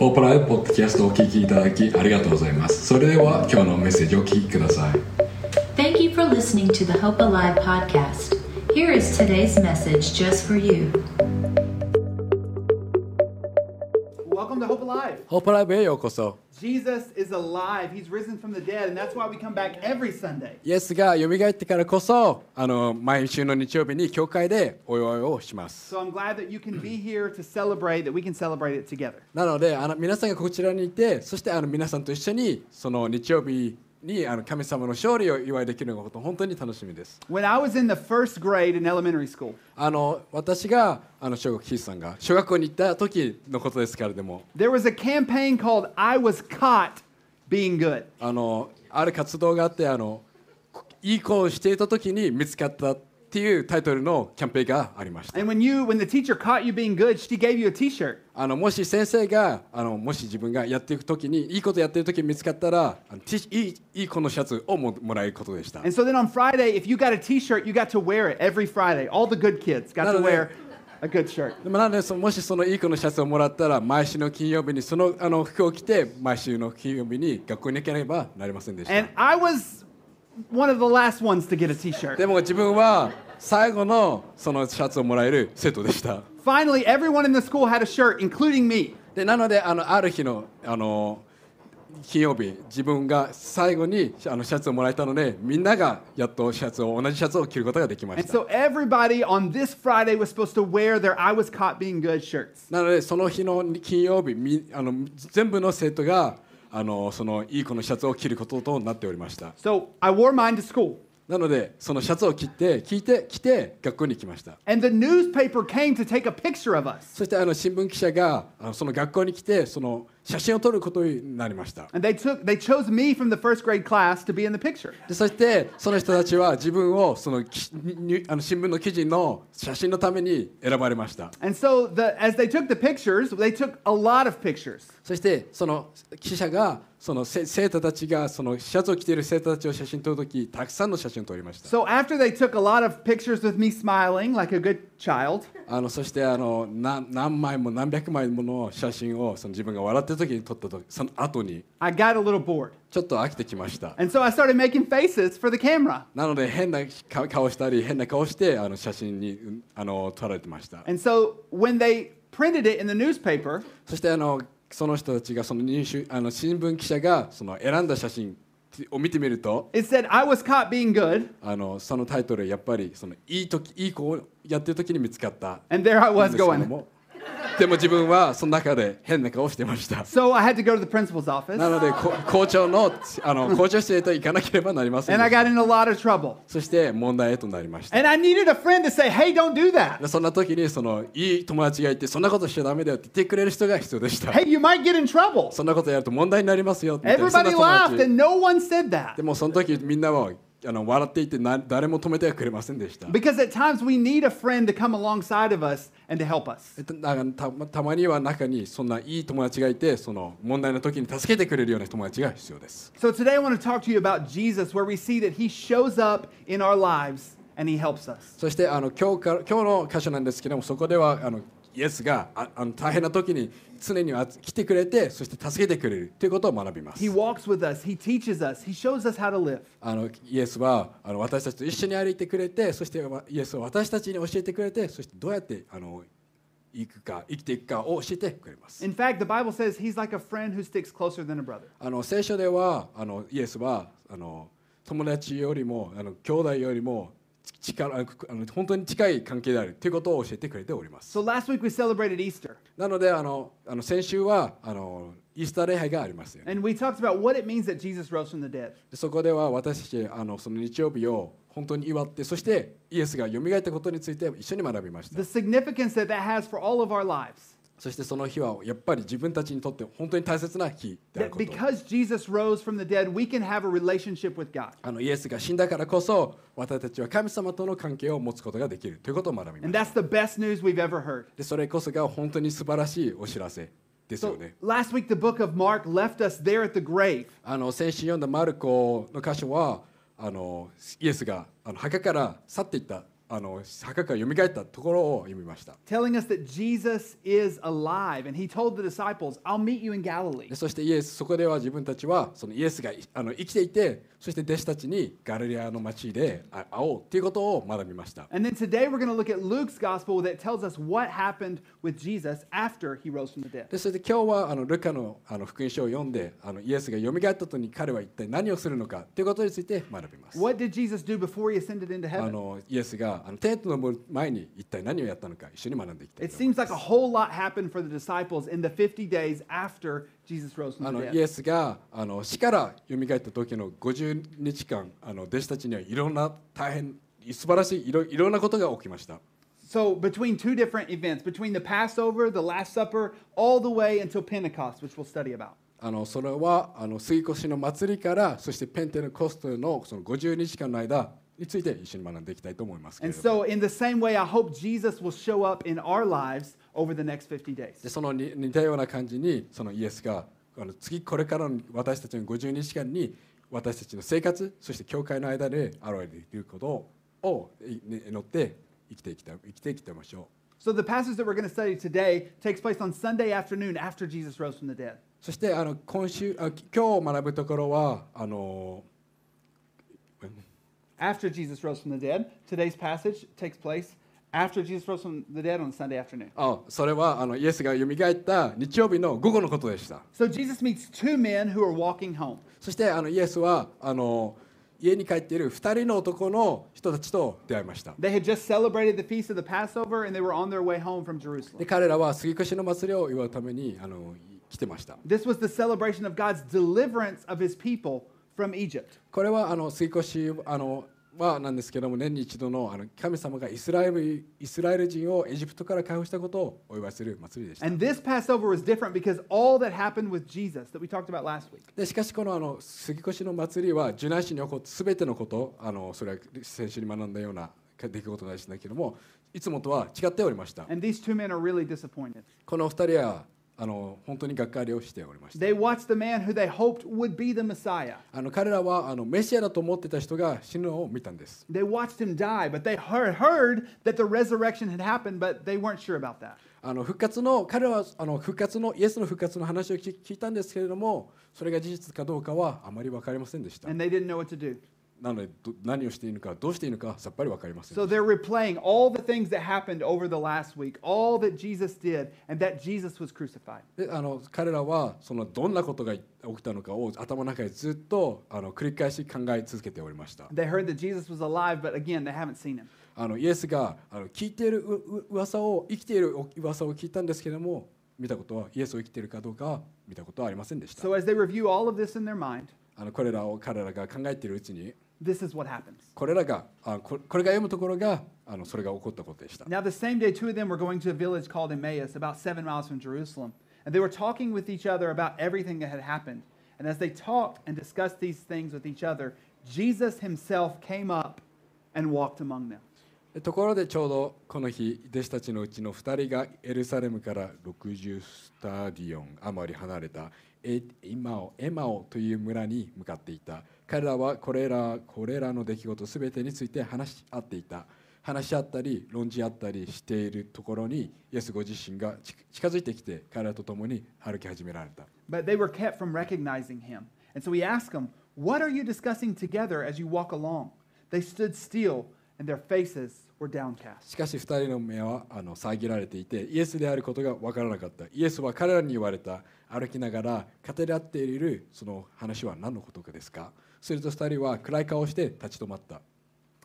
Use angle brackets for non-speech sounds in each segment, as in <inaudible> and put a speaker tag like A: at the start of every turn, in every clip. A: オーパラウポッドキャストをお聞きいただきありがとうございますそれでは今日のメッセージをお聞きください
B: Thank you for listening to the Hope Alive podcast. Here is today's message just for you.
C: Welcome to Hope Alive.
D: ホープライブへようこそ。
C: Jesus is alive. He's risen from the dead, and that's why we come back every Sunday.
D: イエスが蘇ってからこそ、あの毎週の日曜日に教会でお祝いをします。
C: So I'm glad that you can be here to celebrate, that we can celebrate it together.
D: なので、あの皆さんがこちらにいて、そしてあの皆さんと一緒にその日曜日にあの神様の勝利を祝いできるのが本当に楽しみです。
C: When I was in the first grade in elementary school,
D: あの私があの小学キースさんが小学校に行った時のことですからでも、
C: there was a campaign called I Was Caught Being Good.
D: あのある活動があってあのいい子をしていた時に見つかったっていうタイトルのキャンペーンがありました。
C: And when you when the teacher caught you being good, she gave you a t-shirt.
D: あのもし先生があのもし自分がやっていくときにいいことやってるとき見つかったらあの T- いいいいこのシャツをももらえることでした
C: And so then on Friday, if you got a t-shirt, you got to wear it every Friday. All the good kids got to
D: Not only-
C: wear a good shirt.
D: でもなのでそのもしそのいい子のシャツをもらったら毎週の金曜日にそのあの服を着て毎週の金曜日に学校に行ければなりませんでした
C: And I was one of the last ones to get a t-shirt.
D: でも自分は最後のそのシャツをもらえる生徒でした
C: Finally, everyone in the school had a shirt, including me.
D: でなのであのある日のあの金曜日自分が最後にあのシャツをもらえたのでみんながやっとシャツを同じシャツを着ることができまし
C: And
D: た
C: so everybody on this Friday was supposed to wear their I was caught being good shirts.
D: なのでその日の金曜日みあの全部の生徒があのそのいい子のシャツを着ることとなっておりました
C: So I wore mine to school.
D: なのでそのシャツを着て着て着て学校に行きました
C: And the newspaper came to take a picture of us.
D: そしてあの新聞記者があのその学校に来てその写真を撮ることになりました
C: And they took they chose me from the first grade class to be in the picture.
D: でそしてその人たちは自分をそのきにあの新聞の記事の写真のために選ばれました
C: And so the as they took the pictures, they took a lot of pictures.
D: そしてその記者がそのせ生徒たちがそのシャツを着ている生徒たちを写真撮るときたくさんの写真を撮りました
C: So after they took a lot of pictures with me smiling like a good child,
D: あのそしてあのな何枚も何百枚もの写真をその自分が笑ってる時に撮った時その後に
C: I got a little bored.
D: ちょっと飽きてきました。
C: And so I started making faces for the camera.
D: なので変な顔顔したり変な顔してあの写真にうんあの撮られてました。
C: And so when they printed it in the newspaper,
D: そしてあのその人たちがその入手あの新聞記者がその選んだ写真を見てみると
C: it said I was caught being good.
D: あのそのタイトルやっぱりそのいい時いい子をやってる時に見つかった。
C: And there I
D: なん
C: was
D: ですけど
C: going.
D: もでも自分はその中で変な顔してました。
C: So I had to go to the principal's office
D: なのでこ校長のあの校長室へと行かなければなりません
C: and I
D: でした
C: got in a lot of trouble.
D: そして問題へとなりました。
C: And I needed a friend to say, hey, don't do that.
D: でそんな時にそのいい友達がいてそんなことしちゃダメだよって言ってくれる人が必要でした。
C: Hey, you might get in trouble.
D: そんなことやると問題になりますよみたいなそんな
C: Everybody
D: 友
C: laughed
D: 達
C: and no one said that.
D: でもその時みんなはあの笑っていてな誰も止めてはくれませんでした。
C: Because at times we need a friend to come alongside of us and to help us.
D: えっとなんかたたまには中にそんないい友達がいてその問題の時に助けてくれるような友達が必要です。
C: So today I want to talk to you about Jesus, where we see that he shows up in our lives and he helps us.
D: そしてあの今日から今日の箇所なんですけどもそこではあのイエスがああの大変な時に常にあ来てくれてそして助けてくれるということを学びます
C: He。walks with us, he teaches us, he shows us how to live.
D: あのイエスはあの私たちと一緒に歩いてくれてそしてわイエスは私たちに教えてくれてそしてどうやってあの生くか生きていくかを教えてくれます。
C: In fact, the Bible says he's like a friend who sticks closer than a brother.
D: あの聖書ではあのイエスはあの友達よりもあの兄弟よりも力あのあの本当に近い関係であるということを教えてくれております。
C: So last week we celebrated Easter.
D: なのであのあの先週はあのイースター礼拝がありますよね。
C: And we talked about what it means that Jesus rose from the dead.
D: でそこでは私たちあのその日曜日を本当に祝ってそしてイエスが蘇ったことについて一緒に学びました。
C: The significance that that has for all of our lives.
D: そしてその日はやっぱり自分たちにとって本当に大切な日である
C: That
D: こと。
C: because Jesus rose from the dead, we can have a relationship with God.
D: あのイエスが死んだからこそ私たちは神様との関係を持つことができるということを学びま
C: And
D: した。
C: that's the best news we've ever heard.
D: でそれこそが本当に素晴らしいお知らせですよ
C: So
D: ね。
C: last week, the book of Mark left us there at the grave.
D: あの先週読んだマルコの箇所はあのイエスがあの墓から去っていったあの墓から蘇ったところを読みました
C: telling us that Jesus is alive. And he told the disciples, I'll meet you in Galilee.
D: でそしてイエスそこでは自分たちはそのイエスがいあの生きていてそして弟子たちにガリレアの町であ会おうということを学びました
C: And then today we're going to look at Luke's gospel that tells us what happened with Jesus after he rose from the dead.
D: でそれで今日はあのルカのあの福音書を読んであのイエスが蘇った後に彼は一体何をするのかということについて学びます。
C: What did Jesus do before he ascended into
D: あ
C: heaven?
D: のイエスがあのテントの前に一体何をやったのか一緒に学んでいきたい
C: It
D: と思い
C: seems
D: ま
C: like
D: す
C: a。whole lot happened for the disciples in the 50 days after Jesus rose
D: あ
C: from
D: の
C: the
D: イエ
C: dead.
D: スがあの死から蘇った時の50日間あの弟子たちにはいろんな大変素晴らしいいろいろんなことが起きました。
C: So, between two different events, between the Passover, the Last Supper, all the way until Pentecost, which we'll study about.
D: あのそれはあの杉越の祭りからそしてペンテのコストのその50日間の間について一緒に学んでいきたいと思いますけれ
C: And
D: ども。
C: so, in the same way, I hope Jesus will show up in our lives over the next 50
D: で
C: days.
D: そのに似たような感じにそのイエスがあの次これからの私たちの50日間に私たちの生活そして教会の間で現れていることをいね祈って生きていきたい生きていきましょう
C: So, the passage that we're going to study today takes place on Sunday afternoon after Jesus rose from the dead.
D: そしてあの今週あき今日学ぶところはあの
C: After Jesus rose from the dead, today's passage takes place after Jesus rose from the dead on Sunday afternoon.
D: あそれはあのイエスが蘇った日曜日の午後のことでした
C: So, Jesus meets two men who are walking home.
D: そしてあのイエスはあの家に帰っている2人の男の人たちと出会いました
C: They had just celebrated the feast of the Passover and they were on their way home from
D: で
C: Jerusalem.
D: 彼らは杉越の祭りを祝うためにあの来てました
C: This was the celebration of God's deliverance of his people from Egypt.
D: これはあの水越あのはなんですけども年に一度のあの神様がイスラエルイスラエル人をエジプトから解放したことをお祝いする祭りでした。
C: And this Passover was different because all that happened with Jesus that we talked about last week.
D: でしかしこのあの杉越の祭りは受難市に起こったすべてのことあのそれは先週に学んだような出来事でしたけどもいつもとは違っておりました。
C: And these two men are really disappointed.
D: この二人はあの本当にがっかりをしておりました。
C: They watched the man who they hoped would be the Messiah.
D: あの彼らはあのメシアだと思ってた人が死ぬのを見たんです。
C: They watched him die, but they heard, heard that the resurrection had happened, but they weren't sure about that.
D: あの復活の彼らはあの復活のイエスの復活の話を聞聞いたんですけれどもそれが事実かどうかはあまり分かりませんでした。
C: And they didn't know what to do.
D: なのでど何をしていいのかどうしていいのかさっぱり分かりません
C: So。they're replaying all the things that happened over the last week, all that Jesus did, and that Jesus was crucified.
D: であの彼らはそのどんなことが起きたのかを頭の中でずっとあの繰り返し考え続けておりました。
C: They heard that Jesus was alive, but again, they haven't seen him.
D: あのイエスがあの聞いているうう噂を生きているお噂を聞いたんですけれども見たことはイエスを生きているかどうかは見たことはありませんでした。
C: So as they review all of this in their mind,
D: あのこれらを彼らが考えているうちに
C: this is what happens.
D: これらがあここれが読むところがあのそれが起こったことでした。
C: Now, the same day, two of them were going to a village called Emmaus, about seven miles from Jerusalem. And they were talking with each other about everything that had happened. And as they talked and discussed these things with each other, Jesus himself came up and walked among them.
D: でところでちょうどこの日弟子たちのうちの2人がエルサレムから60スタディオン余り離れたエエマオエマオという村に向かっていた彼らはこれらこれらの出来事すべてについて話し合っていた話し合ったり論じ合ったりしているところにイエスご自身が近近づいてきて彼らと共に歩き始められた
C: But they were kept from recognizing him. And so he asked them, What are you discussing together as you walk along? They stood still, and their faces were downcast.
D: しかし2人の目はあの遮られていてイエスであることが分からなかったイエスは彼らに言われた歩きながら語り合っているその話は何のことかですかすると2人は暗い顔をして立ち止まった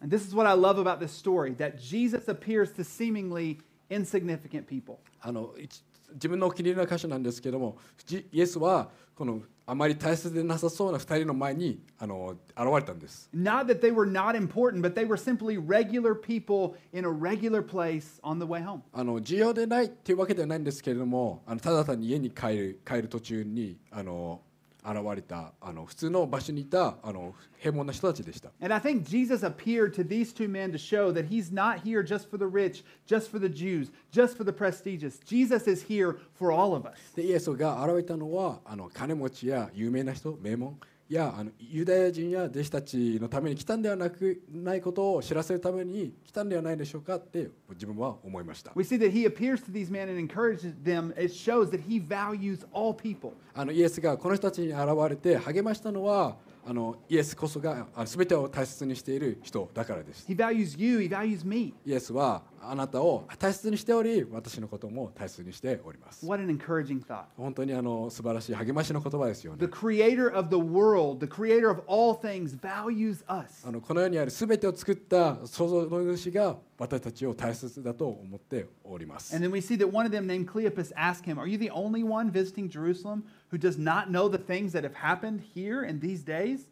C: And this is what I love about this story that Jesus appears to seemingly insignificant people.
D: あのいち自分のお気に入りの箇所なんですけどもじイエスはこのあまり大切でなさそうな2人の前にあの現れたんです
C: Not that they were not important, but they were simply regular people in a regular place on the way home.
D: あの重要でないっていうわけではないんですけれどもあのただ単に家に帰る帰る途中にあの現れたあの普通の場所にいたあの平凡な人たちでした
C: And I think Jesus appeared to these two men to show that he's not here just for the rich, just for the Jews, just for the prestigious. Jesus is here for all of us.
D: でイエスが現れたのはあの金持ちや有名な人名門いやあのユダヤ人や弟子たちのために来たんではなくないことを知らせるために来たんではないでしょうかって自分は思いました
C: We see that he appears to these men and encourages them. It shows that he values all people.
D: あのイエスがこの人たちに現れて励ましたのはあのイエスこそがあ全てを大切にしている人だからです
C: He values you, he values me.
D: イエスはあなたを大切にしており私のことも大切にしております
C: What an encouraging thought.
D: 本当にあの素晴らしい励ましの言葉ですよ
C: The
D: ね
C: creator of the world, the creator of all things, values us.
D: あのこの世にある全てを作った創造の主が私たちを大切だと思っております
C: And then we see that one of them named Cleopas asked him, Are you the only one visiting Jerusalem who does not know the things that have happened here in these days?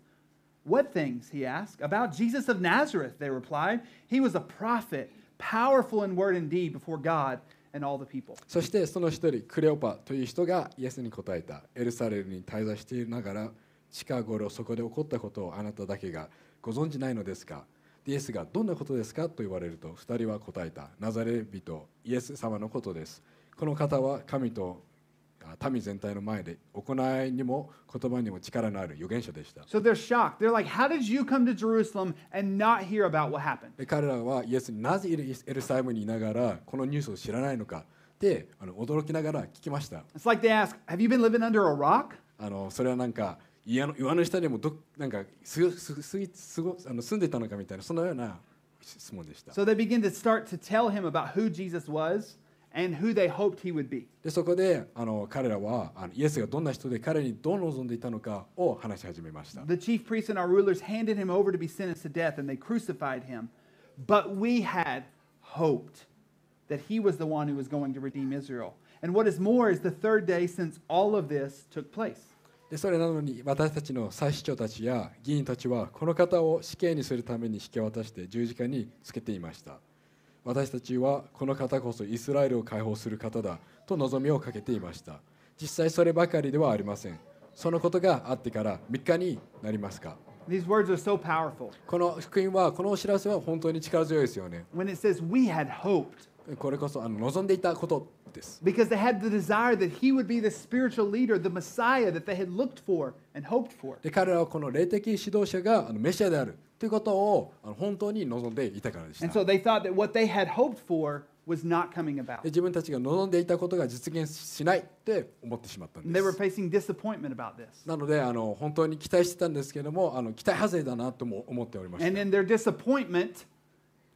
C: What things? he asked. About Jesus of Nazareth, they replied. He was a prophet, powerful in word and deed before God and all the people.
D: そしてその一人クレオパという人がイエスに答えたエルサレムに滞在しているながら近頃そこで起こったことをあなただけがご存知ないのですかでイエスがどんなことですかと言われると二人は答えたナザレ人イエス様のことですこの方は神とあ民全体の前で行いにも言葉にも力のある預言者でした
C: So they're shocked. They're like, How did you come to Jerusalem and not hear about what happened?
D: で彼らはイエスになぜエルサレムにいながらこのニュースを知らないのかってあの驚きながら聞きました
C: It's like they ask, Have you been living under a rock?
D: あのそれはなんか岩の岩の下にもどなんかすすすすごあの住んでたのかみたいなそのような質問でした。
C: So they begin to start to tell him about who Jesus was and who they hoped he would be.
D: でそこであの彼らはあのイエスがどんな人で彼にどう望んでいたのかを話し始めました。
C: The chief priests and our rulers handed him over to be sentenced to death, and they crucified him. But we had hoped that he was the one who was going to redeem Israel. And what is more is the third day since all of this took place.
D: でそれなのに私たちの祭司長たちや議員たちはこの方を死刑にするために引き渡して十字架につけていました。私たちはこの方こそイスラエルを解放する方だと望みをかけていました。実際そればかりではありません。そのことがあってから3日になりますか。
C: These words are so powerful.
D: この福音はこのお知らせは本当に力強いですよね。
C: When it says we had hoped,
D: これこそあの望んでいたことです。
C: because they had the desire that he would be the spiritual leader, the Messiah that they had looked for and hoped for.
D: で彼らはこの霊的指導者があのメシアであるということをあの本当に望んでいたからでした。
C: And so they thought that what they had hoped for was not coming
D: で
C: about.
D: 自分たちが望んでいたことが実現しないって思ってしまったん
C: And
D: で
C: they were
D: す。
C: facing disappointment about this.
D: なのであの本当に期待してたんですけどもあの期待外れだなとも思っておりまし
C: And
D: た。
C: in their disappointment,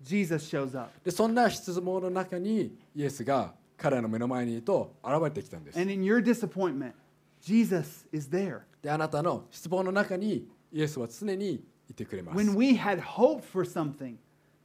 C: Jesus shows up.
D: でそんな失望の中にイエスが彼らの目の前にいると現れてきたんです。
C: And in your disappointment, Jesus is there.
D: であなたの失望の中にイエスは常にいてくれます。
C: When we had hoped for something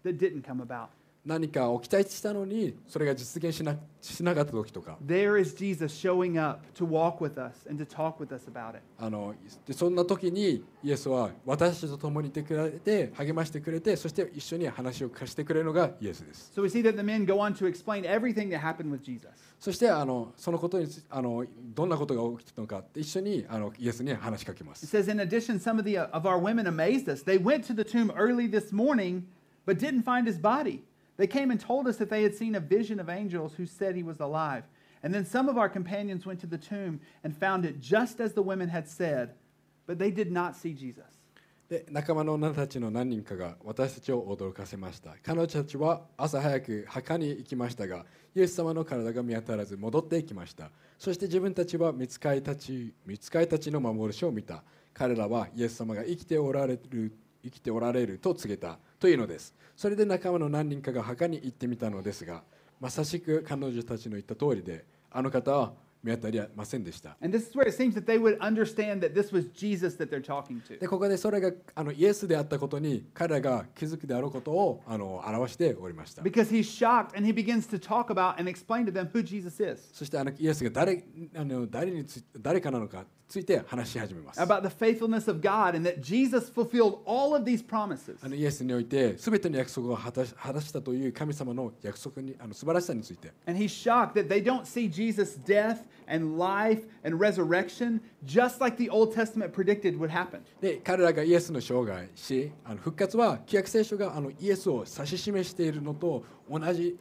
C: that didn't come about,
D: 何かを期待したのにそれが実現しなしなかった時とか
C: there is Jesus showing up to walk with us and to talk with us about it.
D: あのでそんな時にイエスは私たちと共にいてくれて励ましてくれてそして一緒に話を貸してくれるのがイエスです
C: So we see that the men go on to explain everything that happened with Jesus.
D: そしてあのそのことにつあのどんなことが起きてたのかって一緒にあのイエスに話しかけま
C: It
D: す
C: says, in addition, some of, the, uh, of our women amazed us. They went to the tomb early this morning, but didn't find his body. They came and told us that they had seen a vision of angels who said he was alive. And then some of our companions went to the tomb and found it just as the women had said, but they did not see Jesus.
D: で仲間の女たちの何人かが私たちを驚かせました彼女たちは朝早く墓に行きましたがイエス様の体が見当たらず戻ってきましたそして自分たちは見つかいたち見つかいたちの幻を見た彼らはイエス様が生きておられる生きておられると告げたというのですそれで仲間の何人かが墓に行ってみたのですがまさしく彼女たちの言った通りであの方は見当たりませんでした
C: And this is where it seems that they would understand that this was Jesus that they're talking to.
D: でここでそれがあのイエスであったことに彼らが気づくであろうことをあの表しておりました。
C: Because he's shocked and he begins to talk about and explain to them who Jesus is,
D: そしてあのイエスが誰あの誰につ誰かなのかについて話し始めます。あ
C: about the faithfulness of God, and that Jesus fulfilled all of these promises.
D: のイエスにおいて全ての約束を果たし果たしたという神様の約束にあの素晴らしさについて
C: And he's shocked that they don't see Jesus' death and life and resurrection just like the Old Testament predicted would happen.
D: で彼らがイエスの生涯しあの復活は旧約聖書があのイエスを指し示しているのと同じ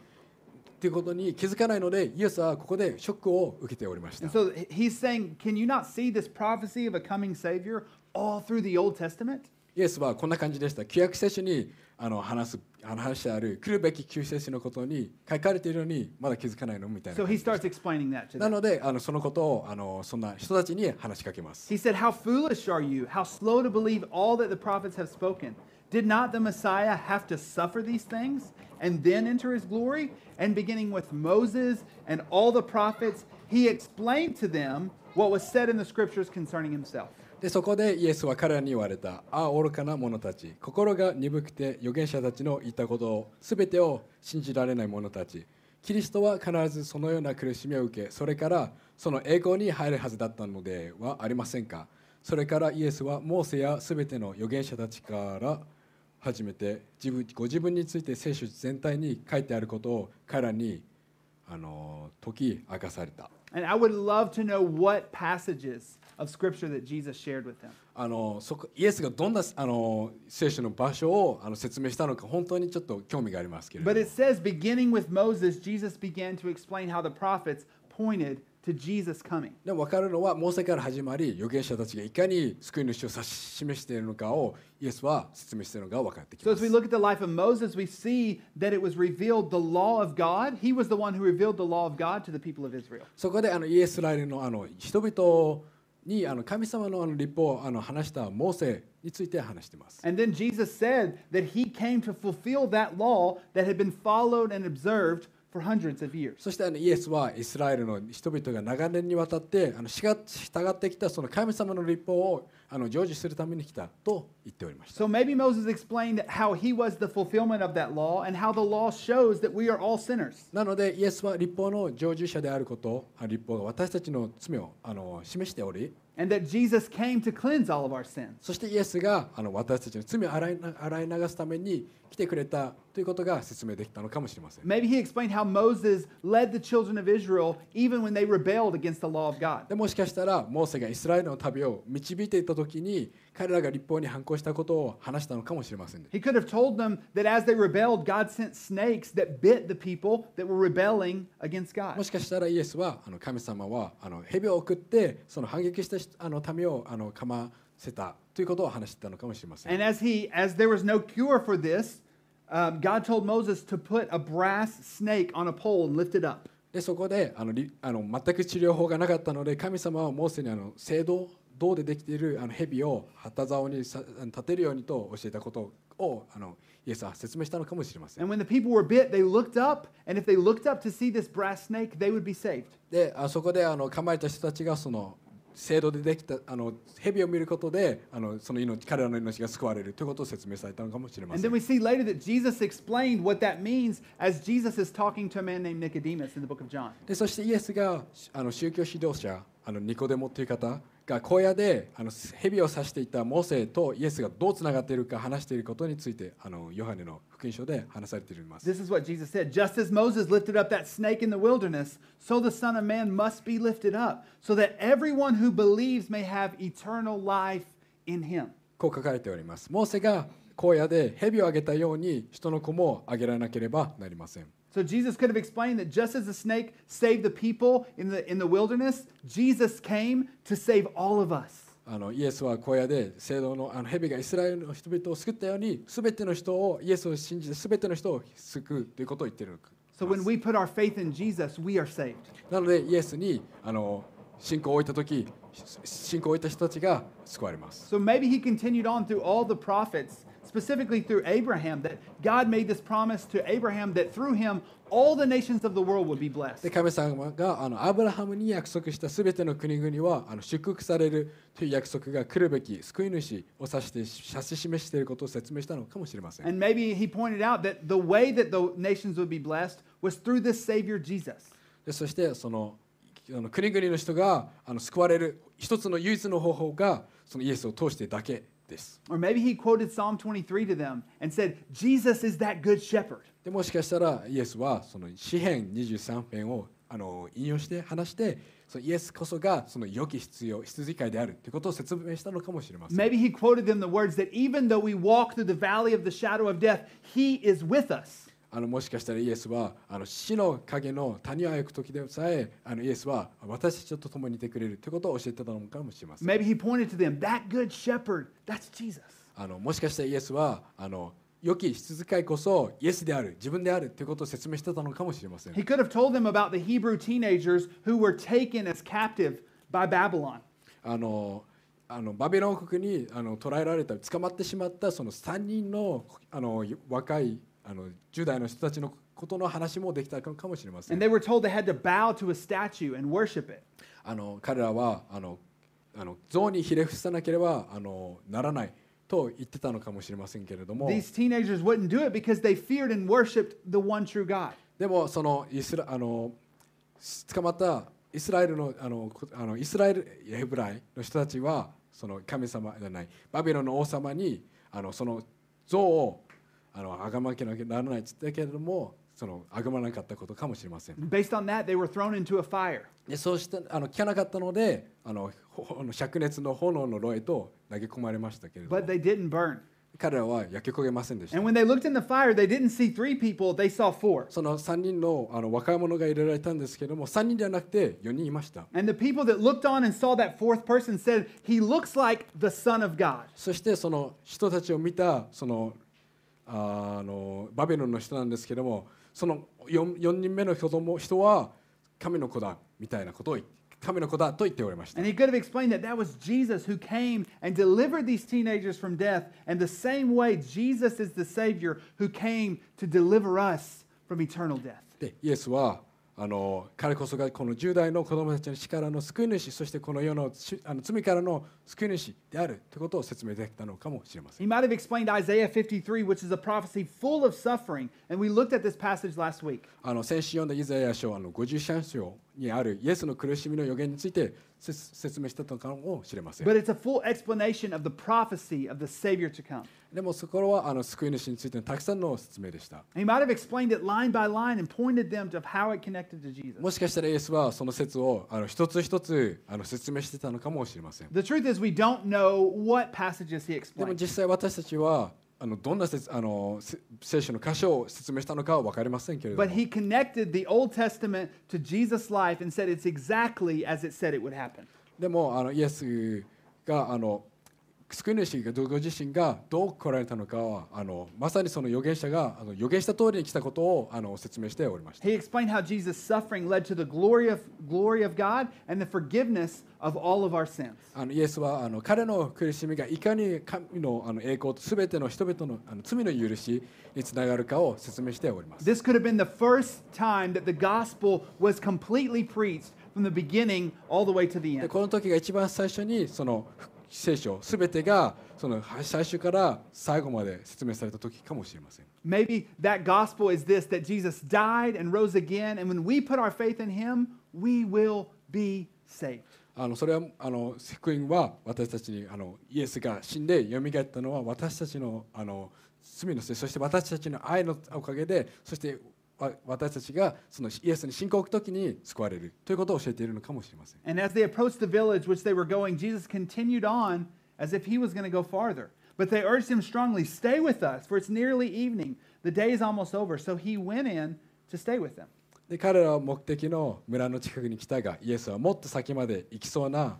D: ということに気づかないのでイエスはここでショックを受けておりました
C: And。so he's saying, Can you not see this prophecy of a coming Savior all through the Old Testament.
D: イエスはこんな感じでした。旧約聖書にあの話すあの話してある来るべき救世主のことに書かれているのにまだ気づかないのみたい
C: So
D: な。
C: he starts explaining that to
D: な
C: them.
D: のであのそのことをあのそんな人たちに話しかけます。
C: He said, How foolish are you? How slow to believe all that the prophets have spoken? Did not the Messiah have to suffer these things and then enter his glory? And beginning with Moses and all the prophets, he explained to them what was said in the scriptures concerning himself.
D: でそこでイエスは彼らに言われた「ああ愚かな者たち心が鈍くて預言者たちの言ったことを全てを信じられない者たちキリストは必ずそのような苦しみを受けそれからその栄光に入るはずだったのではありませんかそれからイエスはモーセや全ての預言者たちから始めて自分ご自分について聖書全体に書いてあることを彼らにあの解き明かされた。
C: And I would love to know what passages of scripture that Jesus shared with them.
D: あのそこイエスがどんなあの聖書の場所をあの説明したのか本当にちょっと興味がありますけれど
C: But
D: も
C: it says, beginning with Moses, Jesus began to explain how the prophets pointed to Jesus coming.
D: でも分かるのはモーセから始まり預言者たちがいかに救い主を指し示しているのかをイエスは説明しているのが分かってき
C: So
D: ま
C: as we
D: す。
C: look at the life of Moses, we see that it was revealed the law of God. He was the one who revealed the law of God to the people of Israel.
D: そこであのイエスラエルのあの人々にあの神様のあの立法をあの話したモーセについて話しています。
C: And then Jesus said that he came to fulfill that law that had been followed and observed for hundreds of years.
D: そしてあのイエスはイスラエルの人々が長年にわたってあのしが従ってきたその神様の立法をあの成就するために来たと言っておりました。
C: So maybe Moses explained how he was the fulfillment of that law and how the law shows that we are all sinners.
D: なのでイエスは立法の成就者であることあ立法が私たちの罪をあの示しており
C: And that Jesus came to cleanse all of our sins.
D: そしてイエスがあの私たちの罪を洗いな洗い流すために来てくれたということが説明できたのかもしれません
C: Maybe he explained how Moses led the children of Israel even when they rebelled against the law of God.
D: でもしかしたらモーセがイスラエルの旅を導いていた時に彼らが立法に反抗したことを話したのかもしれません
C: He could have told them that as they rebelled, God sent snakes that bit the people that were rebelling against
D: も
C: God.
D: しかしたらイエスはあの神様はあの蛇を送ってその反撃した人あの民をあのかませたということを話してたのかもしれません
C: And as he, as there was no cure for this, um, God told Moses to put a brass snake on a pole and lift it up.
D: でそこであのりあの全く治療法がなかったので神様はモーセにあの聖堂銅でできているあの蛇を旗竿にさあの立てるようにと教えたことをあのイエスは説明したのかもしれません
C: And。when the people were bit, they looked up, and if they looked up to see this brass snake, they would be saved.
D: であそこであの構えた人たちがその聖堂でできたあの蛇を見ることであのその命彼らの命が救われるということを説明されたのかもしれま
C: And
D: せ
C: then
D: ん
C: we。see later that Jesus explained what that means as Jesus is talking to a man named Nicodemus in the book of John.
D: でそしてイエスがあの宗教指導者あのニコデモという方が荒野であの蛇を刺していたモーセとイエスがどうつながっているか話していることについてあのヨハネの福音書で話されています。
C: This is what Jesus said Just as Moses lifted up that snake in the wilderness, so the Son of Man must be lifted up, so that everyone who believes may have eternal life in him.
D: こう書かれております。モーセが荒野で蛇をあげたように人の子もあげられなければなりません。
C: So Jesus could have explained that just as the snake saved the people in the, in the wilderness, Jesus came to save all of us.
D: あのイエスは荒野で聖堂のあの蛇がイスラエルの人々を救ったように全ての人をイエスを信じて全ての人を救うということを言っているのか。
C: So when we put our faith in Jesus, we are saved.
D: なのでイエスにあの信仰を置いた時し信仰を置いた人たちが救われます。
C: So maybe he continued on through all the prophets, specifically through Abraham, that God made this promise to Abraham that through him all the nations of the world would be blessed.
D: で神様があのアブラハムに約束したすべての国々はあの祝福されるという約束が来るべき救い主を指して指し示していることを説明したのかもしれません。
C: And maybe he pointed out that the way that the nations would be blessed was through this Savior Jesus.
D: でそしてそのあの国々の人があの救われる一つの唯一の方法がそのイエスを通してだけです。
C: Or maybe he quoted Psalm 23 to them and said, Jesus is that good shepherd.
D: でもしかしたらイエスはその詩編23編をあの引用して話してそのイエスこそがその良き必要羊飼いであるということを説明したのかもしれません。
C: Maybe he quoted them the words that even though we walk through the valley of the shadow of death, he is with us.
D: あのもしかしたらイエスはあの死の影の谷を歩く時でさえあのイエスは私たちと共にいてくれるということを教えてたのかもしれません。
C: Maybe he pointed to them, that good shepherd, that's Jesus.
D: あのもしかしたらイエスはあの良き羊飼いこそイエスである自分であるということを説明してたのかもしれません
C: He could have told them about the Hebrew teenagers who were taken as captive by Babylon.
D: あのあのバビロン王国にあの捕らえられた捕まってしまったその3人のあの若いあの10代の人たちのことの話もできたかもしれませ
C: And
D: ん
C: they were told they had to bow to a statue and worship it.
D: あの彼らはあのあの像にひれ伏さなければあのならないと言ってたのかもしれませんけれども
C: These teenagers wouldn't do it because they feared and worshiped the one true God.
D: でもそのイスラあのす捕まったイスラエルのあのこあのイスラエルヘブライの人たちはその神様じゃないバビロンの王様にあのその像をあのあがまなきゃならないっつったけれどもそのあがまなかったことかもしれません。
C: Based on that, they were thrown into a fire.
D: でそうしてあの聞かなかったのであのほあの灼熱の炎の炉へと投げ込まれましたけれど
C: But
D: も
C: they didn't burn.
D: 彼らは焼け焦げませんでした
C: And。when they looked in the fire, they didn't see three people, they saw four.
D: その3人のあの若者が入れられたんですけれども3人ではなくて4人いました。
C: And the people that looked on and saw that fourth person said, He looks like the Son of God.
D: そしてその人たちを見たそのああのバビロンの人なんですけどもその 4, 四人目の子供人は神の子だみたいなことを言って神の子だと言っておりました
C: And he could have explained that that was Jesus who came and delivered these teenagers from death. And the same way, Jesus is the Savior who came to deliver us from eternal death.
D: でイエスはあの彼こそがこの10代の子供たちの死からの救い主そしてこの世のしあの罪からの救い主であるということを説明できたのかもしれません
C: He might have explained Isaiah 53, which is a prophecy full of suffering. And we looked at this passage last week.
D: あの先週読んだイザヤ書あの53章にあるイエスの苦しみの予言についてせ説明したのかもしれません
C: But it's a full explanation of the prophecy of the Savior to come.
D: でもそこはあの救い主についてのたくさんの説明でした。
C: He might have explained it line by line and pointed them to how it connected to Jesus.
D: もしかしたらイエスはその説をあの一つ一つあの説明してたのかもしれません。
C: The truth is, we don't know what passages he
D: でも
C: explained.
D: 実際私たちはあのどんな説あのせ聖書の箇所を説明したのかは分かりませんけれど
C: But
D: も
C: he connected the Old Testament to Jesus' life and said it's exactly as it said it would happen.
D: でもあのイエスがあの救い主がご自身がどう来られたのかはあのまさにその預言者があの預言した通りに来たことをあの説明しておりました。
C: He explained how Jesus' suffering led to the glory of, glory of God and the forgiveness of all of our sins.
D: あのイエスはあの彼の苦しみがいかに神のあの栄光とすべての人々のあの罪の許しにつながるかを説明しております。
C: This could have been the first time that the gospel was completely preached from the beginning all the way to the
D: で
C: end.
D: この時が一番最初にその聖書すべてがそのは最初から最後まで説明された時かもしれません。
C: Maybe that gospel is this that Jesus died and rose again, and when we put our faith in him, we will be saved.
D: あのそれはあの福音は私たちにあのイエスが死んで蘇ったのは私たちのあの罪のせいそして私たちの愛のおかげでそしてわ私たちがそのイエスに信仰を置くときに救われるということを教えているのかもしれません。
C: And as they approached the village which they were going, Jesus continued on as if he was going to go farther. But they urged him strongly, Stay with us, for it's nearly evening. The day is almost over. So he went in to stay with them.
D: で彼らは目的の村の近くに来たがイエスはもっと先まで行きそうな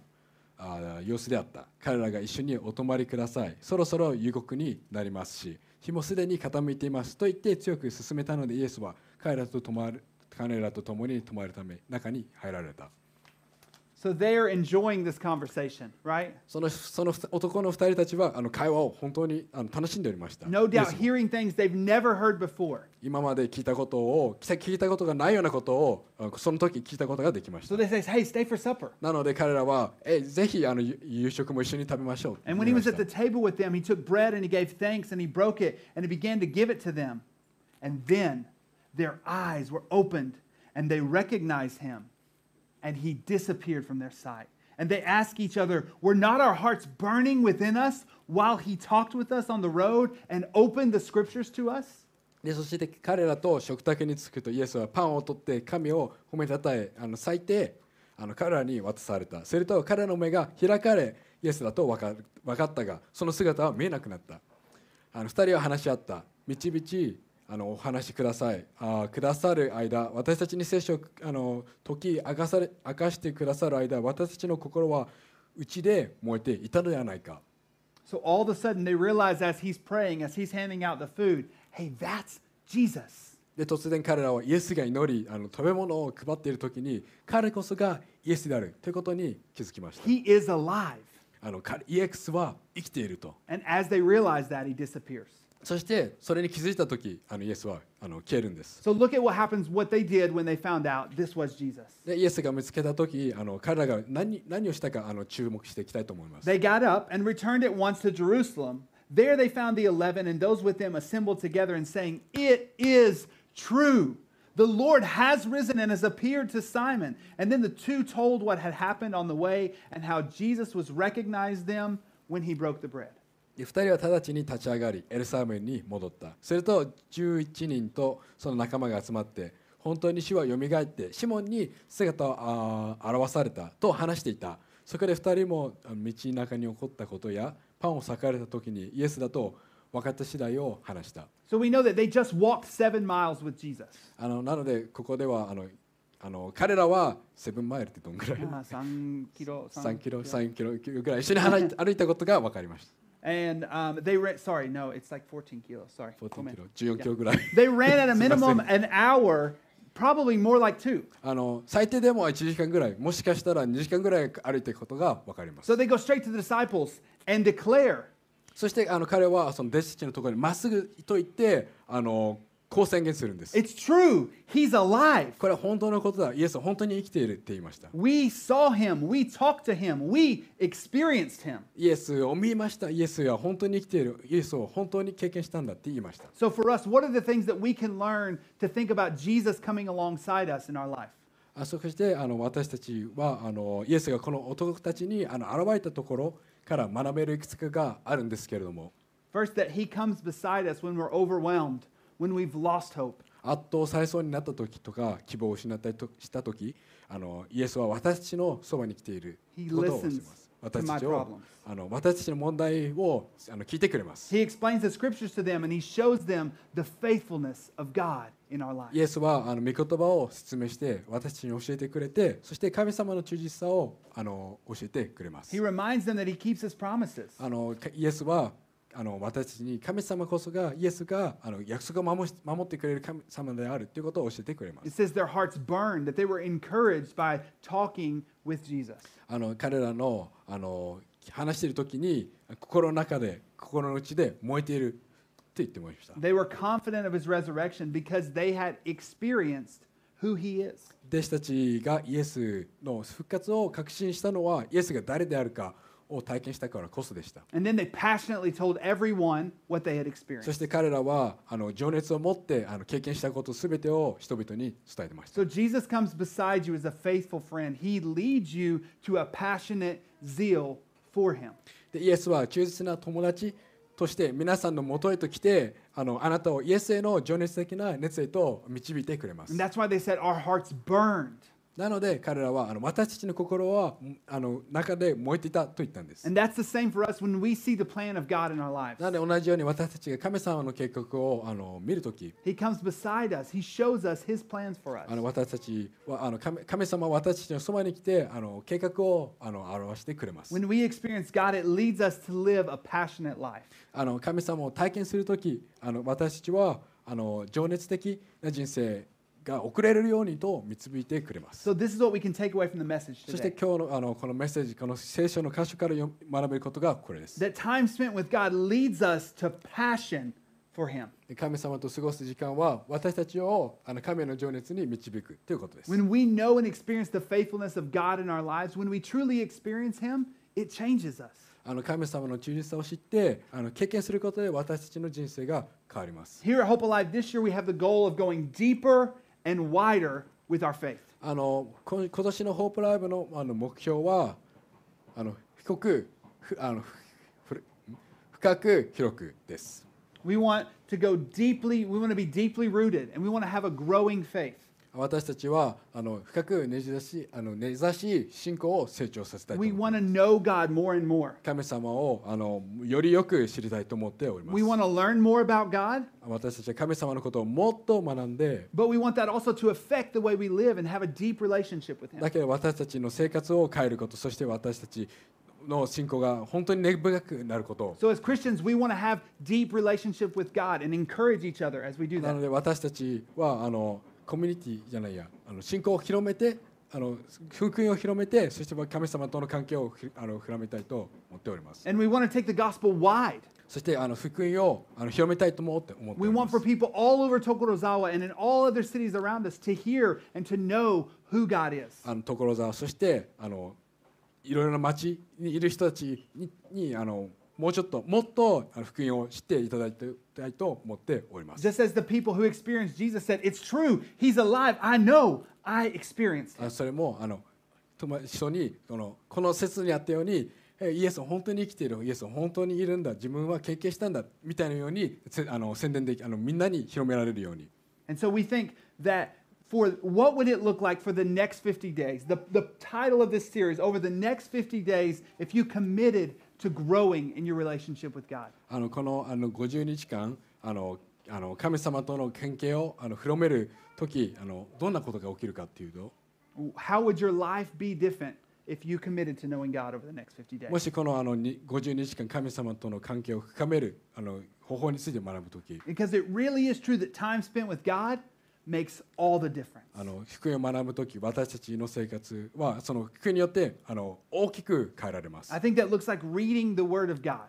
D: あー様子であった彼らが一緒にお泊まりくださいそろそろ夕刻になりますし日もすでに傾いていますと言って強く進めたのでイエスは彼らと泊まる彼らと共に泊まるため中に入られた
C: So they're enjoying this conversation, right?
D: そのその男の二人たちはあの会話を本当にあの楽しんでおりました
C: No
D: イエ
C: doubt
D: スも
C: hearing things they've never heard before.
D: 今まで聞いたことを聞いたことがないようなことをあのその時聞いたことができました
C: So they say, Hey, stay for supper.
D: なので彼らは、えぜひあのゆ夕食も一緒に食べましょうって言
C: And
D: い
C: when he
D: ま
C: was
D: した
C: at the table with them, he took bread and he gave thanks and he broke it and he began to give it to them. And then their eyes were opened and they recognized him and he disappeared from their sight. And they asked each other, Were not our hearts burning within us while he talked with us on the road and opened the scriptures to us?
D: でそして彼らと食卓に着くとイエスはパンを取って神を褒めたたえあの裂いてあの彼らに渡されたすると彼らの目が開かれイエスだと分か分かったがその姿は見えなくなったあの二人は話し合ったみちみちあのお話しくださいあーくださる間私たちに聖書をあの時明かされ明かしてくださる間私たちの心は内で燃えていたのではないか
C: So all of a sudden, they realize as he's praying, as he's handing out the food, hey, that's Jesus.
D: で突然彼らはイエスが祈りあの食べ物を配っている時に彼こそがイエスであるということに気づきました
C: He is alive.
D: あの彼イエスは生きていると
C: And as they realize that, he disappears.
D: そしてそれに気づいた時あのイエスはあの消えるんです
C: So look at what happens, what they did when they found out this was Jesus.
D: でイエスが見つけた時あの彼らが何何をしたかあの注目していきたいと思います
C: They got up and returned at once to Jerusalem. There they found the eleven and those with them assembled together and saying, It is true. The Lord has risen and has appeared to Simon. And then the two told what had happened on the way and how Jesus was recognized them when he broke the bread.
D: で2人は直ちに立ち上がりエルサレムに戻ったすると11人とその仲間が集まって本当に死はよみがえってシモンに姿をあー現されたと話していたそこで2人もあの道中に起こったことやパンを裂かれた時にイエスだと分かった次第を話した
C: So we know that they just walked seven miles with Jesus.
D: あのなのでここではあのあの彼らはセブンマイルってどんぐらい
C: Ah, san kilo-
D: 3
C: san
D: キロ
C: kilo.
D: 3キロぐらい一緒に歩い <laughs> 歩いたことが分かりまし
C: And um, they ran, sorry, no, it's like 14 kilos. Sorry.
D: た14
C: Come
D: キロ
C: in.
D: 14キロぐらい
C: They ran at a
D: すいません
C: minimum an hour, probably more like two.
D: あの最低でも1時間ぐらいもしかしたら2時間ぐらい歩いたことが分かります
C: So they go straight to the disciples and declare,
D: そしてあの彼はその弟子たちのところにまっすぐと言ってあのこう宣言するんです
C: It's true. He's alive.
D: これは本当のことだイエスは本当に生きているって言いました
C: We saw him. We talked to him. We experienced him.
D: イエスを見ましたイエスは本当に生きているイエスを本当に経験したんだって言いました
C: So for us, what are the things that we can learn to think about Jesus coming alongside us in our life?
D: あそしてあの私たちはあのイエスがこの男たちにあの現れたところから学べるいくつかがあるんですけれども
C: First, that he comes beside us when we're overwhelmed, when we've lost hope.
D: 圧倒されそうになった時とか希望を失ったりとした時あのイエスは私たちのそばに来ている
C: He
D: ことを教えます
C: listens to
D: 私
C: my
D: たちを
C: problems.
D: あの私たちの問題をあの聞いてくれます
C: He explains the scriptures to them and he shows them the faithfulness of God in our life.
D: イエスはあの御言葉を説明して私たちに教えてくれてそして神様の忠実さをあの教えてくれます
C: He reminds them that he keeps his promises.
D: あのかイエスはあの私たちに神様こそがイエスがあの約束を守し守ってくれる神様であるということを教えてくれま
C: It
D: す。
C: says their hearts burned, that they were encouraged by talking with Jesus.
D: あの彼らのあの話している時に心の中で心の内で燃えているって言ってもらいました。
C: They were confident of his resurrection because they had experienced who he is.
D: 弟子たちがイエスの復活を確信したのはイエスが誰であるかを体験したからこそでした。
C: And then they passionately told everyone what they had
D: そし
C: experienced.
D: て彼らはあの情熱を持ってあの経験したことすべてを人々に伝えてました。
C: So Jesus comes beside you as a faithful friend. He leads you to a passionate zeal for him.
D: でイエスは忠実な友達として皆さんのもとへと来てあのあなたをイエスへの情熱的な熱意と導いてくれます
C: And。that's why they said our hearts burned.
D: なので彼らはあの私たちの心はんあの中で燃えていたと言ったんです。
C: And that's the same for us when we see the plan of God in our lives.
D: なので同じように私たちが神様の計画をあの見るとき
C: He comes beside us. He shows us his plans for us.
D: あの私たちはあの神神様は私たちのそばに来てあの計画をあの表してくれます。
C: When we experience God, it leads us to live a passionate life.
D: あの神様を体験するときあの私たちはあの情熱的な人生が送れるようにと導いてくれます。
C: So this is what we can take away from the message
D: そして
C: today.
D: 今日のあのこのメッセージ、この聖書の箇所から読学べることがこれです。
C: That time spent with God leads us to passion for Him.
D: で神様と過ごす時間は私たちをあの神への情熱に導くということです。
C: When we know and experience the faithfulness of God in our lives, when we truly experience Him, it changes us.
D: あの神様の忠実さを知ってあの経験することで私たちの人生が変わります。
C: Here at Hope Alive this year, we have the goal of going deeper and wider with our faith.
D: あのこ今年のホープライブのあの目標はあの深くふあのふふる深く広くです。
C: We want to go deeply, we want to be deeply rooted, and we want to have a growing faith.
D: 私たちはあの深く根ざしあの根ざし信仰を成長させたいと
C: We
D: 思います
C: want to know God more and more.
D: 神様をあのよりよく知りたいと思っておりま
C: We
D: す
C: want to learn more about God,
D: 私たちは神様のことをもっと学んで
C: but we want that also to affect the way we live and have a deep relationship with Him.
D: だけど私たちの生活を変えることそして私たちの信仰が本当に根深くなること、
C: So as Christians, we want to have deep relationship with God and encourage each other as we do
D: なの
C: that.
D: で私たちはあのコミュニティじゃないやあの信仰を広めてあの福音を広めてそして神様との関係をひあの広めたいと思っております
C: And we want to take the gospel wide.
D: そしてあの福音をあの広めたいと思って思ってお
C: We
D: りま
C: want
D: す
C: for people all over Tokorozawa and in all other cities around us to hear and to know who God is.
D: あの所沢そしてあのいろいろな町にいる人たちににあのもうちょっともっとあの福音を知っていただいていただきたいと思っております
C: Just as the people who experienced Jesus said, It's true, He's alive. I know I experienced Him.
D: あそれもあの友達人にこのこの説にあったようにえイエスは本当に生きているイエスは本当にいるんだ自分は経験したんだみたいなようにせあの宣伝できあのみんなに広められるように
C: And so we think that for what would it look like for the next 50 days? The, the title of this series, over the next 50 days, if you committed to growing in your relationship with God.
D: あのこのあの50日間あのあの神様との関係をあの広める時あのどんなことが起きるかっていうと
C: How would your life be different if you committed to knowing God over the next 50
D: も
C: days?
D: しこのあのに50日間神様との関係を深めるあの方法について学ぶとき
C: Because it really is true that time spent with God makes all the difference.
D: あの福音を学ぶとき私たちの生活はその福音によってあの大きく変えられます
C: I think that looks like reading the Word of God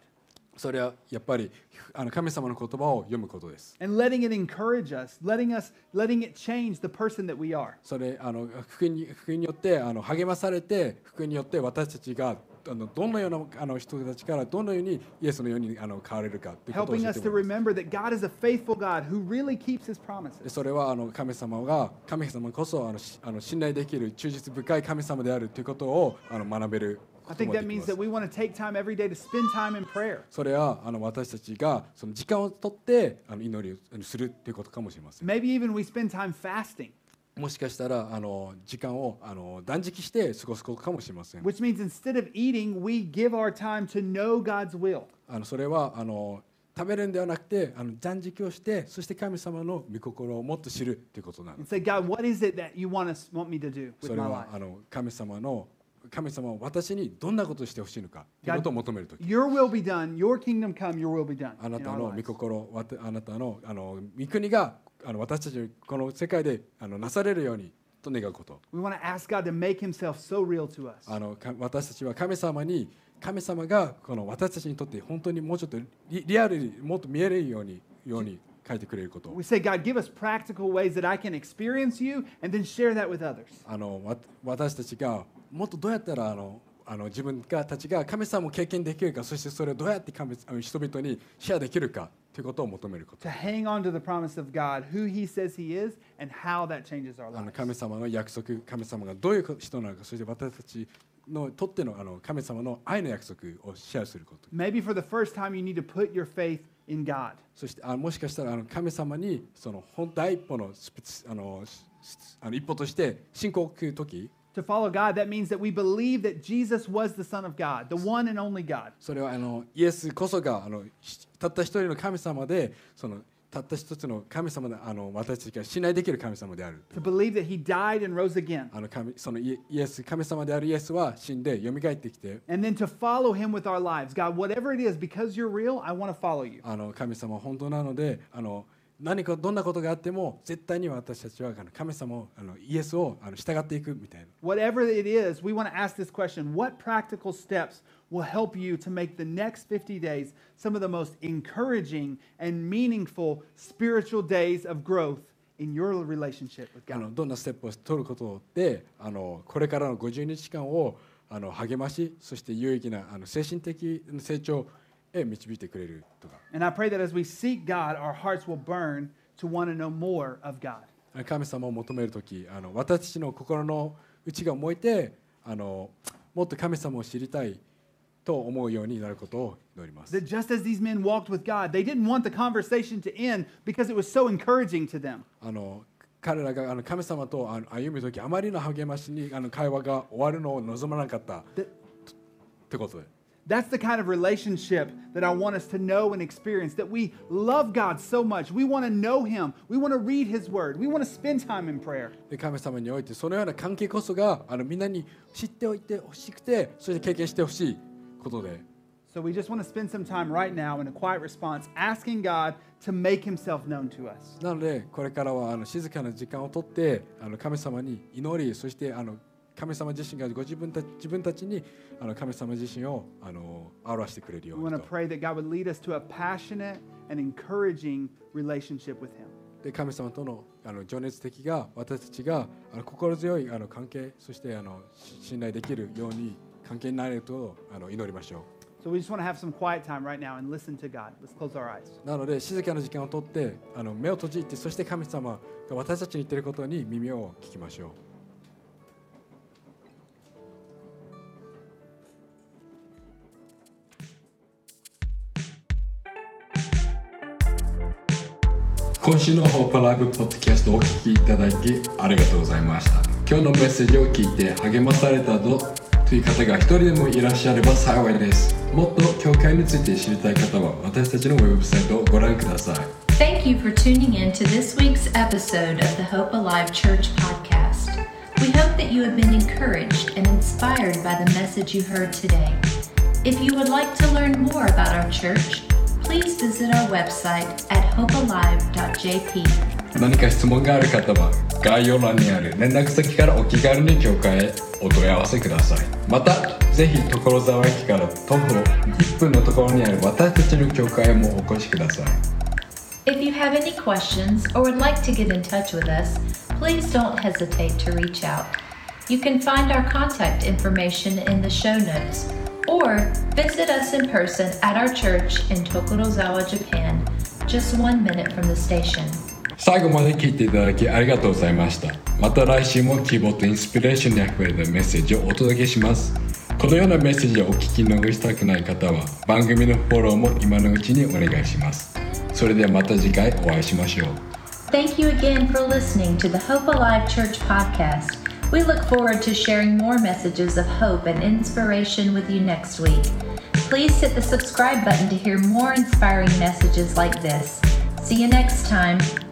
D: それはやっぱりあの神様の言葉を読むことです
C: and letting it encourage us, letting us, letting it change the person that we are.
D: それあの福音に福音によってあの励まされて福音によって私たちがあのどのようなあの人たちからどのようにイエスのようにあの変われるかということを
C: helping
D: 教え
C: us
D: て
C: to
D: もらいます
C: remember that God is a faithful God who really keeps his promises.
D: でそれはあの神様が神様こそあのしあの信頼できる忠実深い神様であるということをあの学べる
C: I
D: こと
C: think
D: がで
C: that
D: き
C: means
D: ま
C: that
D: す
C: we want to take time every day to spend time in prayer.
D: それはあの私たちがその時間を取ってあの祈りをあのするということかもしれません
C: Maybe even we spend time fasting,
D: もしかしたらあの時間をあの断食して過ごすことかもしれません
C: which means instead of eating, we give our time to know God's will.
D: あのそれはあの食べるんではなくてあの断食をしてそして神様の御心をもっと知るということなの
C: And say, God, what is it that you want us want me to do
D: そ
C: with
D: れ
C: my
D: はあ
C: life?
D: の神様の神様は私にどんなことをしてほしいのかということを求めるとき
C: Your will be done, your kingdom come, your will be done.
D: あな
C: in
D: た
C: our
D: の
C: lives.
D: 御心わたあなたのあの御国があの私たちのこの世界であのなされるようにと願うこと
C: We want to ask God to make himself so real to us.
D: あのか私たちは神様に神様がこの私たちにとって本当にもうちょっとリリアルにもっと見えるようにように書いてくれること
C: We say, God, give us practical ways that I can experience you and then share that with others.
D: あのわ私たちがもっとどうやったらあのあの自分がたちが神様を経験できるかそしてそれをどうやって神あの人々にシェアできるかということを求めること
C: to hang on to the promise of God, who He says He is, and how that changes our
D: あの
C: lives.
D: 神様の約束神様がどういう人なのかそして私たちのとってのあの神様の愛の約束をシェアすること
C: Maybe for the first time, you need to put your faith in God.
D: そしてあもしかしたらあの神様にその本第一歩のスピあのししあの一歩として信仰を置く時
C: To follow God, that means that we believe that Jesus was the Son of God, the one and only God.
D: それはあのイエスこそがあのしたった一人の神様でそのたった一つの神様であの私たちが信頼できる神様である
C: To believe that He died and rose again.
D: あの神そのイエイエス神様であるイエスは死んで蘇ってきて
C: And then to follow Him with our lives. God, whatever it is, because you're real, I want to follow you.
D: あの神様は本当なのであの何かどんなことがあっても絶対に私たちはあの神様をあのイエスをあの従っていくみたいな
C: Whatever it is, we want to ask this question What practical steps will help you to make the next 50 days some of the most encouraging and meaningful spiritual days of growth in your relationship with
D: あ
C: God?
D: のどんなステップを取ることであのこれからの50日間をあの励ましそして有意義なあの精神的成長へ導いてくれるとか
C: And I pray that as we seek God, our hearts will burn to want to know more of God.
D: 神様を求める時あの私たちの心の内が燃えてあのもっと神様を知りたいと思うようになることを祈ります
C: That just as these men walked with God, they didn't want the conversation to end because it was so encouraging to them.
D: あの彼らがあの神様とあの歩む時あまりの励ましにあの会話が終わるのを望まなかったっ
C: Th-
D: てことで
C: That's the kind of relationship that I want us to know and experience. That we love God so much. We want to know Him. We want to read His Word. We want to spend time in prayer.
D: で神様においてそのような関係こそがあのみんなに知っておいてほしくてそして経験してほしいことで
C: So we just want to spend some time right now in a quiet response, asking God to make Himself known to us.
D: なのでこれからはあの静かな時間をとってあの神様に祈りそしてあの神様自身がご自分たち自分たちにあの神様自身をあの表してくれるよ
C: We
D: う
C: want
D: に
C: to
D: と
C: pray that God would lead us to a passionate and encouraging relationship with Him.
D: で神様とのあの情熱的が私たちがあの心強いあの関係そしてあのし信頼できるように関係になれるとあの祈りましょう。
C: So we just want to have some quiet time right now and listen to God. Let's close our eyes.
D: なので静かな時間をとってあの目を閉じてそして神様が私たちに言っていることに耳を聞きましょう。
A: 今週のホープライブポッドキャストをお聞きいただきありがとうございました今日のメッセージを聞いて励まされたぞという方が一人でもいらっしゃれば幸いですもっと教会について知りたい方は私たちのウェブサイトをご覧ください
B: Thank you for tuning in to this week's episode of the Hope Alive Church podcast. We hope that you have been encouraged and inspired by the message you heard today. If you would like to learn more about our church, please visit our website at hopealive.jp.
A: 何か質問がある方は概要欄にある連絡先からお気軽に教会へお問い合わせくださいまたぜひ所沢駅から徒歩1分のところにある私たちの教会へもお越しください
B: If you have any questions or would like to get in touch with us, please don't hesitate to reach out. You can find our contact information in the show notes or visit us in person at our church in Tokorozawa, Japan, just one minute from the station.
A: 最後まで聞いていただきありがとうございましたまた来週も希望とインスピレーションにあふれたメッセージをお届けしますこのようなメッセージをお聞き逃したくない方は番組のフォローも今のうちにお願いしますそれではまた次回お会いしましょう
B: Thank you again for listening to the Hope Alive Church podcast. We look forward to sharing more messages of hope and inspiration with you next week. Please hit the subscribe button to hear more inspiring messages like this. See you next time.